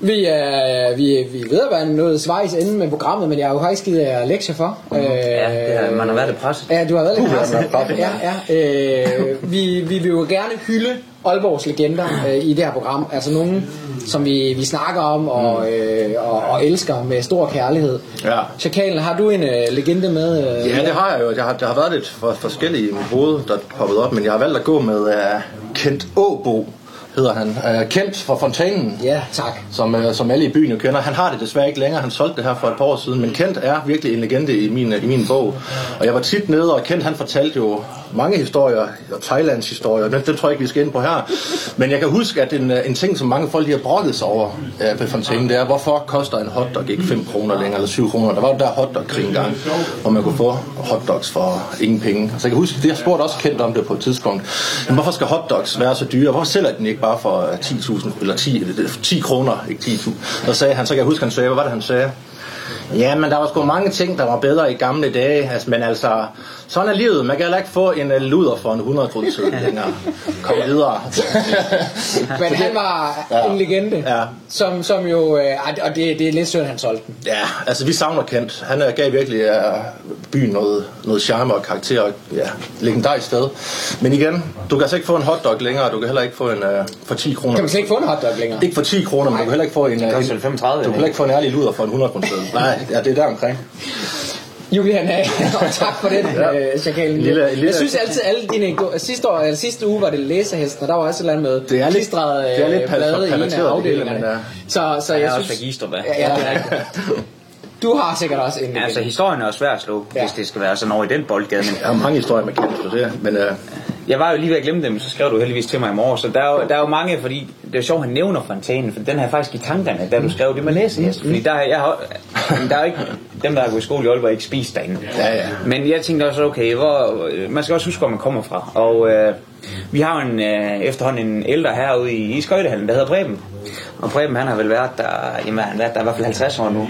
B: Vi er, vi, vi er ved at være nået svejs ende med programmet, men jeg har jo faktisk givet jer lektier for. Mm. Øh,
D: Ja, ja, man har været lidt presset.
B: Ja, du har været lidt presset.
C: man har været presset,
B: Ja, ja. Øh, vi, vi vil jo gerne hylde Aalborgs legender øh, i det her program. Altså nogen, som vi, vi snakker om og, øh, og, og elsker med stor kærlighed.
C: Mm. Ja.
B: Chakalen, har du en øh, legende med? Øh,
C: Ja, det har jeg jo. Jeg har, der har været lidt for, forskellige i mit hoved, der poppede op, men jeg har valgt at gå med uh, Kent Åbo, hedder han. Uh, Kent fra Fontænen.
B: ja tak.
C: som, øh, som alle i byen jo kender. Han har det desværre ikke længere. Han solgte det her for et par år siden, men Kent er virkelig en legende i min, i min bog. Og jeg var tit nede, og Kent han fortalte jo mange historier, og Thailands historier, men dem tror jeg ikke, vi skal ind på her. Men jeg kan huske, at en, øh, en ting, som mange folk lige har brokket sig over øh, ved Fontaine, det er, hvorfor koster en hotdog ikke 5 kroner længere, eller 7 kroner? Der var jo der hotdog-krig engang, hvor man kunne få hotdogs for ingen penge. Så jeg kan huske, det har spurgt også Kent om det på et tidspunkt. Men hvorfor skal hotdogs være så dyre? Hvorfor sælger den ikke bare for øh, 10.000, eller 10, øh, 10 kroner, ikke 10.000? Så sagde han, så kan jeg huske, han sagde, hvad var det, han sagde? Ja, men der var sgu mange ting, der var bedre i gamle dage, altså, men altså, sådan er livet. Man kan heller ikke få en øh, luder for en 100 kroner (laughs) længere. Kom (laughs) videre.
B: Men han var
C: Ja.
B: en legende,
C: Ja.
B: som, som jo... Øh, ej, og det, det er lidt synd, han solgte den.
C: Ja, altså vi savner Kent. Han øh, gav virkelig øh, byen noget, noget charme og karakter. og, Ja, legendarisk sted. Men igen, du kan altså ikke få en hotdog længere. Du kan heller ikke få en øh, for 10 kroner.
B: Kan man slet ikke få en hotdog længere?
C: Ikke for 10 kroner, men du kan heller ikke få en... øh,
D: koster
C: en-
D: 35,
C: Du kan heller ikke få en ærlig luder for en 100 kroner seddel. (laughs) Nej, ja, det er der omkring.
B: Julian, (laughs) ja, og tak for den, ja.
C: Ja.
B: øh, Chakalen.
C: En lille- en lille-
B: Jeg synes altid, alle dine... anekdo- øh, Sidste, år, eller sidste uge var det læsehesten, og der var også et eller andet med
C: Det er lidt-
B: klistret, øh,
C: det er lidt pal-
B: blade i en af
C: palateret,
B: afdelingerne.
C: det hele, men, øh,
B: så, så jeg,
D: Jeg er også
B: synes...
D: fra Gistrup,
B: ja, ja, det er rigtigt. Du har sikkert også en
D: Ja, altså historien er jo svær at slå,
B: Ja.
D: ja. hvis det skal være sådan over i den boldgade. Men
C: Der er mange historier med Kent, du ser. Men øh,
D: jeg var jo lige ved at glemme dem, så skrev du heldigvis til mig i morgen. Så der er jo, der er jo mange, fordi det er jo sjovt, han nævner fontænen, for den har jeg faktisk i tankerne, da du skrev det med læsehest. Fordi der, har- jeg har, men der er jo ikke, dem, der har gået i skole i Aalborg, har ikke spist derinde.
C: Ja, ja.
D: Men jeg tænkte også, okay, hvor, øh, man skal også huske, hvor man kommer fra. Og øh, vi har jo en, øh, efterhånden en ældre herude i, i Skøjtehallen, der hedder Preben. Og Preben, han har vel været der, jamen, han har været der i hvert fald 50 år nu. Øh,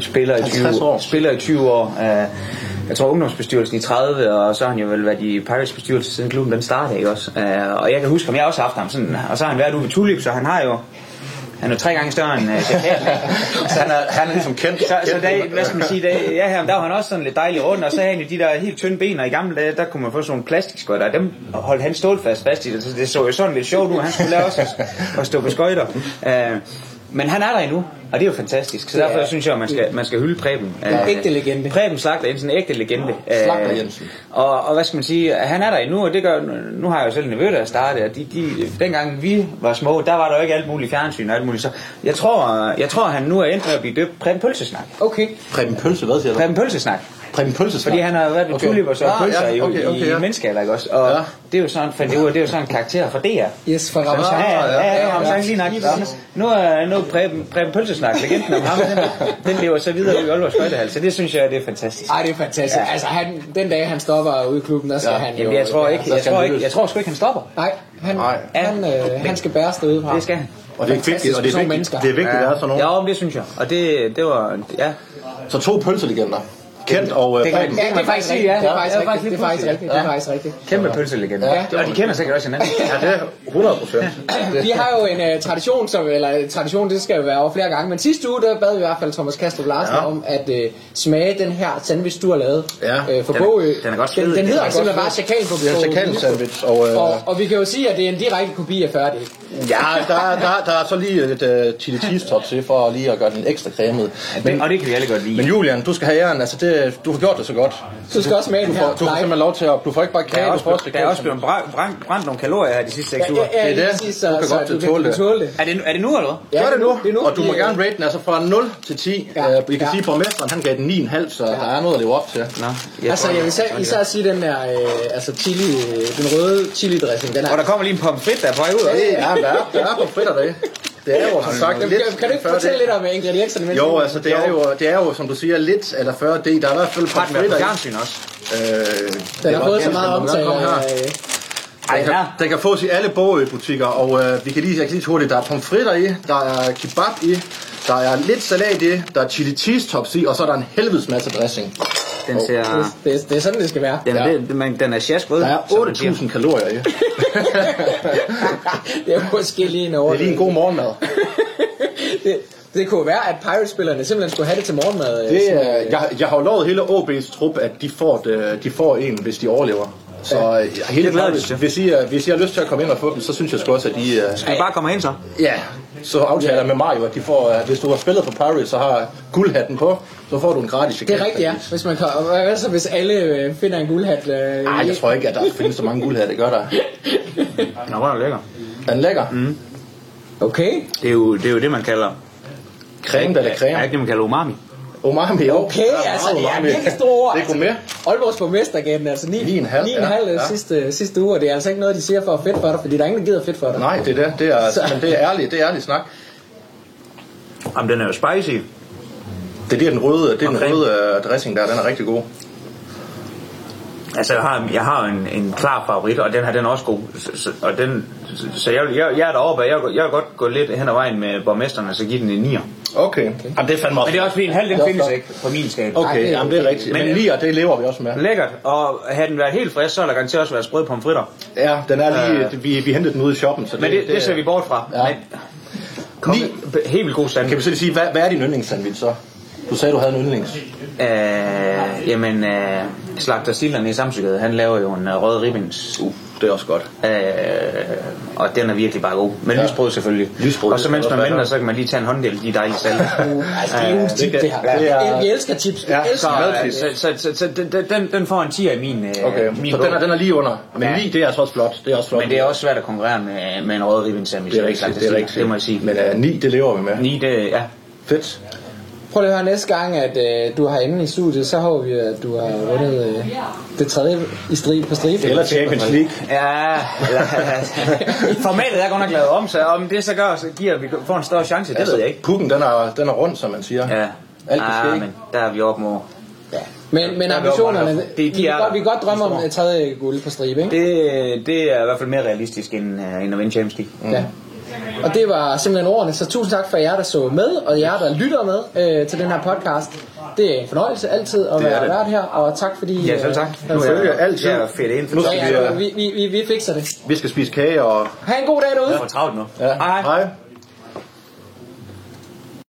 D: spiller, i
C: 50
D: 20,
C: år.
D: spiller i 20 år. Øh, jeg tror ungdomsbestyrelsen i 30, og så har han jo vel været i Pirates bestyrelse siden klubben den startede, ikke også? Øh, og jeg kan huske, om jeg har også haft ham sådan, og så har han været ude ved Tulip, så han har jo han er tre gange større end øh, Jack Hall.
C: (laughs) så han er, han er ligesom Kent.
D: Så, så
C: Kent-
D: dag, hvad skal man sige, dag, ja, her, der var han også sådan lidt dejlig rundt, og så havde han jo de der helt tynde ben, og i gamle dage, der kunne man få sådan nogle plastikskøjter, og dem holdt han stålfast fast i, det, så det så jo sådan lidt sjovt ud, han skulle lære os at, at stå på skøjter. Uh, men han er der endnu, og det er jo fantastisk, så derfor
B: Ja.
D: synes jeg, at man skal, man skal hylde Preben. Øh,
B: En ægte legende.
D: Preben Slagter Jensen, en ægte legende.
C: Slagter
D: Øh,
C: Jensen.
D: Og, og hvad skal man sige, han er der endnu, og det gør, nu har jeg jo selv en nevø, der er startet, og de, de, dengang vi var små, der var der jo ikke alt muligt fjernsyn og alt muligt, så jeg tror, jeg tror han nu er endt med at blive døbt Preben Pølsesnak.
B: Okay.
C: Preben Pølse, hvad siger du?
D: Preben Pølsesnak.
C: Preben Pølse
D: Fordi han har været ved okay. Tulip og så
C: Ah,
D: pølser
C: ja, okay, okay, ja.
D: i, i menneskealder, ikke også? Og
C: Ja.
D: det er jo sådan, fandt jeg ud af, det er jo sådan en karakter fra DR. Ja,
B: Yes, for
D: ja,
B: Ramazan.
D: ja, ja, ja, ja, ja,
B: Ah, ja.
D: lige nok. Nu er nu er Preben, Preben Pølsesnak, legenden om ham, den, den lever så videre i Aalborg Skøjtehal, så det synes jeg, det er fantastisk.
B: Ej, det er fantastisk.
D: Ja.
B: Altså, han, den dag, han stopper ude i klubben, der skal
C: Ja.
B: han jo...
D: Jamen, jeg tror ikke,
C: så
D: jeg
C: skal
D: tror
C: han
D: ikke,
C: lyttes.
D: jeg tror sgu ikke, han stopper.
B: Nej, han,
C: Nej.
B: han, øh, han skal bæres derude fra.
D: Det skal han.
C: Og det er vigtigt, og det er
B: Fantastisk,
C: vigtigt,
B: sådan
C: det er vigtigt, at der er sådan nogen.
D: Ja, men det synes jeg. Og det, det var, ja.
C: Så to pølselegender. Kent og øh,
D: Det kan
C: Preben.
D: man-
B: Ja, det er faktisk rigtigt. Det er faktisk
D: Ja, det var
B: rigtigt. Det er faktisk
D: faktisk lidt
B: rigtigt. Det er faktisk rigtigt.
D: Kæmpe pølselegende. Ja, og de kender sikkert også hinanden.
C: Ja, det er 100 procent.
B: Vi har jo en øh, tradition, som, eller øh, tradition, det skal jo være over flere gange, men sidste uge, der bad vi i hvert fald Thomas Kastrup Larsen ja.
C: Ja.
B: om at øh, smage den her sandwich, du har lavet
C: Ja.
B: øh, for
D: Den er-
B: Bogø.
D: den er godt
B: den,
D: fed.
B: den
D: Den
B: hedder
D: er
B: simpelthen bare Chakalen på
C: Det er chakalen sandwich, og, øh,
B: Og, og vi kan jo sige, at det er en direkte kopi af 40.
C: ja, der, er- der, er- der er så lige lidt øh, uh, chili cheese top til, for lige at gøre den ekstra cremet.
D: Men,
C: Men,
D: og det kan vi alle godt lide.
C: men Julian, du skal have æren, altså det, det, du har gjort det så godt.
B: Så du skal også smage den
C: Du får,
B: her.
C: du får simpelthen lov til at... Du får ikke bare
D: Der
C: kage,
D: er
C: du
D: også
C: får også
D: blevet, der er
C: kage.
D: også blevet brændt, brændt, brændt nogle kalorier her de sidste 6
B: Ja,
D: uger.
B: ja, ja,
C: Det er
B: lige
C: det.
B: præcis,
C: Du kan
B: så,
C: godt
B: så du kan
C: tåle
B: du
C: det.
B: tåle det.
D: Er, det, nu- er det nu, eller hvad?
C: Ja, Gør det nu, det nu, og du må
B: Ja.
C: gerne rate den altså fra 0 til 10.
B: øh, Ja.
C: Ja. Uh, I kan
B: Ja.
C: ja. sige, at borgmesteren han gav den 9,5, så ja. der er noget at leve op til.
D: Nå,
B: Altså, jeg vil især, især sige den der, øh, altså chili, øh, den røde chili dressing, den er...
D: Og der kommer lige en pomfrit, der er på vej ud.
C: Det er, der er, der er på fritter dag. Det er jo, som sagt,
B: Kan,
C: lidt
B: kan du ikke
C: før
B: fortælle
C: det.
B: lidt om ingredienserne? mens
C: Jo,
B: vi-
C: altså det er jo, det er jo, som du siger, lidt eller 40 D. Der er i hvert fald
D: Har den været
C: pomfritter
D: på
C: i.
D: fjernsyn også?
C: Øh,
B: Den har fået så
C: ganske-
B: meget
C: den er
B: omtale.
C: kommet her.
B: øh,
D: Ej,
C: Den kan,
D: ja.
C: den kan fås i alle Bogø-butikker, og øh, vi kan lige, jeg kan lige sige hurtigt, der er pomfritter i, der er kebab i, der er lidt salat i, der er chili cheese tops i, og så er der en helvedes masse dressing.
D: Den ser...
C: Ah.
B: Det, det, det er sådan, det skal være.
D: Den, det, man, den er sjaskvød.
C: Der er 8.000 kalorier i.
B: (laughs) det er måske lige en over.
C: Det er lige en god morgenmad.
B: (laughs) det, det kunne være, at Pirates-spillerne simpelthen skulle have det til morgenmad. øh,
C: Det,
B: sådan,
C: øh, jeg, jeg har jo lovet hele OB's trup, at de får, det, de får en, hvis de overlever. Så øh, hele
D: glæder
C: tiden,
D: vi os til.
C: hvis, I, øh, hvis I har lyst til at komme ind og få dem, så synes jeg sgu også, at de... øh,
D: Skal vi bare komme hen så?
C: Ja, så aftaler jeg med Mario, at de får, øh, hvis du har spillet for Pirates og har guldhatten på, så får du en gratis
B: Det
C: jaket.
B: er rigtigt, ja. Hvis man kan, og hvad så, hvis alle øh, finder en guldhat? Øh,
C: Ej, jeg tror ikke, at der findes så mange guldhatte, det gør der.
D: Nå, hvor er det lækker.
C: Er den lækker? Mm.
B: (laughs) Okay.
D: Det er jo det, er jo det man kalder...
C: Creme, eller
D: Er
C: creme.
D: ikke det, man kalder umami?
C: Umami, jo.
B: Okay,
C: Der meget
B: altså, det er
C: umami.
B: virkelig store ord.
C: Det er gourmet.
B: Aalborgs borgmester gav den altså 9,5
C: Ni en halv, ja, ja.
B: sidste, sidste uge, og det er altså ikke noget, de siger for at fedt for dig, fordi der er ingen, der gider fedt for dig.
C: Nej, det er det. det er,
B: Så-
C: men det er ærligt, det er ærligt snak.
D: Jamen, den er jo spicy.
C: Det er det, den røde, det er den
D: Okay.
C: røde øh, dressing der, den er rigtig god.
D: Altså, jeg har, jeg har en, en klar favorit, og den her, den er også god. Så, så, og den, så jeg, vil- jeg, jeg er deroppe, og jeg, vil- jeg vil godt gå lidt hen ad vejen med borgmesteren, og så give den en 9'er.
C: Okay. Jamen, det er fandme også.
D: Men det er også fordi, en halv, den
C: Det er
D: findes
C: også
D: ikke på min skab.
C: Okay,
B: det er
C: jamen, det er rigtigt.
D: Men- Mm.
C: Men, lige, og det lever vi også med.
D: Lækkert, og havde den været helt frisk, så havde der garanteret også været sprød pomfritter.
C: Ja, den er lige, det- vi, vi hentede den ude i shoppen, så det,
D: Øh. Men det, det, ser vi bort fra.
C: Ja.
D: Men, kom, helt vildt god stand.
C: Kan vi så lige sige, hvad, hvad er din yndlingssandwich så? Du sagde, du havde en yndlings.
D: Øh, jamen, øh, slagter Silleren i Samsøgade, han laver jo en øh, rød ribbens.
C: Uh, det er også godt.
D: Øh, og den er virkelig bare god. Men ja. lysbrød selvfølgelig.
C: Lysbrød,
D: og så
C: det
D: mens
C: er
D: man
C: også
D: venter,
C: bedre.
D: så kan man lige tage en hånddel, de er dejlige salte.
B: Uh, altså,
D: Øh,
B: det er ugens tip,
C: det-
B: det her.
C: det er-
B: Vi elsker tips. Vi
C: Ja,
B: elsker
C: så-
B: mad.
D: så, øh, så, så, så, så den- den, den får en 10 i min, øh,
C: Okay,
D: min
C: så
D: bog.
C: den er, den er lige under. Men
D: Ja.
C: lige, det er altså også flot. Det er også flot.
D: Men det er også svært at konkurrere med, med en rød ribbens sandwich.
C: det er
D: fra
C: rigtigt,
D: Slagter
C: det er
D: Silleren.
C: rigtigt.
D: Det må jeg sige.
C: Men uh, 9, det lever vi med.
D: 9, det, ja.
C: Fedt.
B: Prøv lige at høre næste gang, at øh, du har inde i studiet, så håber vi, at du har vundet øh, det tredje i strid på stribe.
C: Eller Champions League.
D: Ja, (laughs) formatet er godt nok lavet om, så om det så gør, så giver vi får en større chance, det ved jeg ikke.
C: Altså, Pukken, den er, den er rund, som man siger.
D: Ja.
C: Alt kan ske,
D: ah,
C: ikke?
D: men der er vi oppe mod.
B: Ja. Men, men
D: Der er vi
B: ambitionerne,
D: oppe
B: det,
D: under.
B: de,
D: Det-
B: vi,
D: de
B: kan
D: er-
B: godt, vi kan godt drømme om
D: de står.
B: et tredje guld på stribe, ikke?
D: Det, det er i hvert fald mere realistisk end, uh, end at vinde Champions League.
B: Mm. Ja. Og det var simpelthen ordene, så tusind tak for jer, der så med, og jer, der lytter med øh, til den her podcast. Det er en fornøjelse altid at
C: Det er
B: være
C: det.
B: vært her, og tak fordi...
D: Ja, selv tak.
B: Øh,
D: Nu er
C: selvfølgelig,
D: jeg,
C: altid.
D: jeg er fedt ind.
C: Nu
D: Nu
C: skal
B: ja,
C: vi,
B: ja,
C: øh,
B: vi, vi, vi, vi fikser det.
C: vi skal spise kage og...
B: Ha' en god dag derude.
D: er for travlt nu.
C: Hej.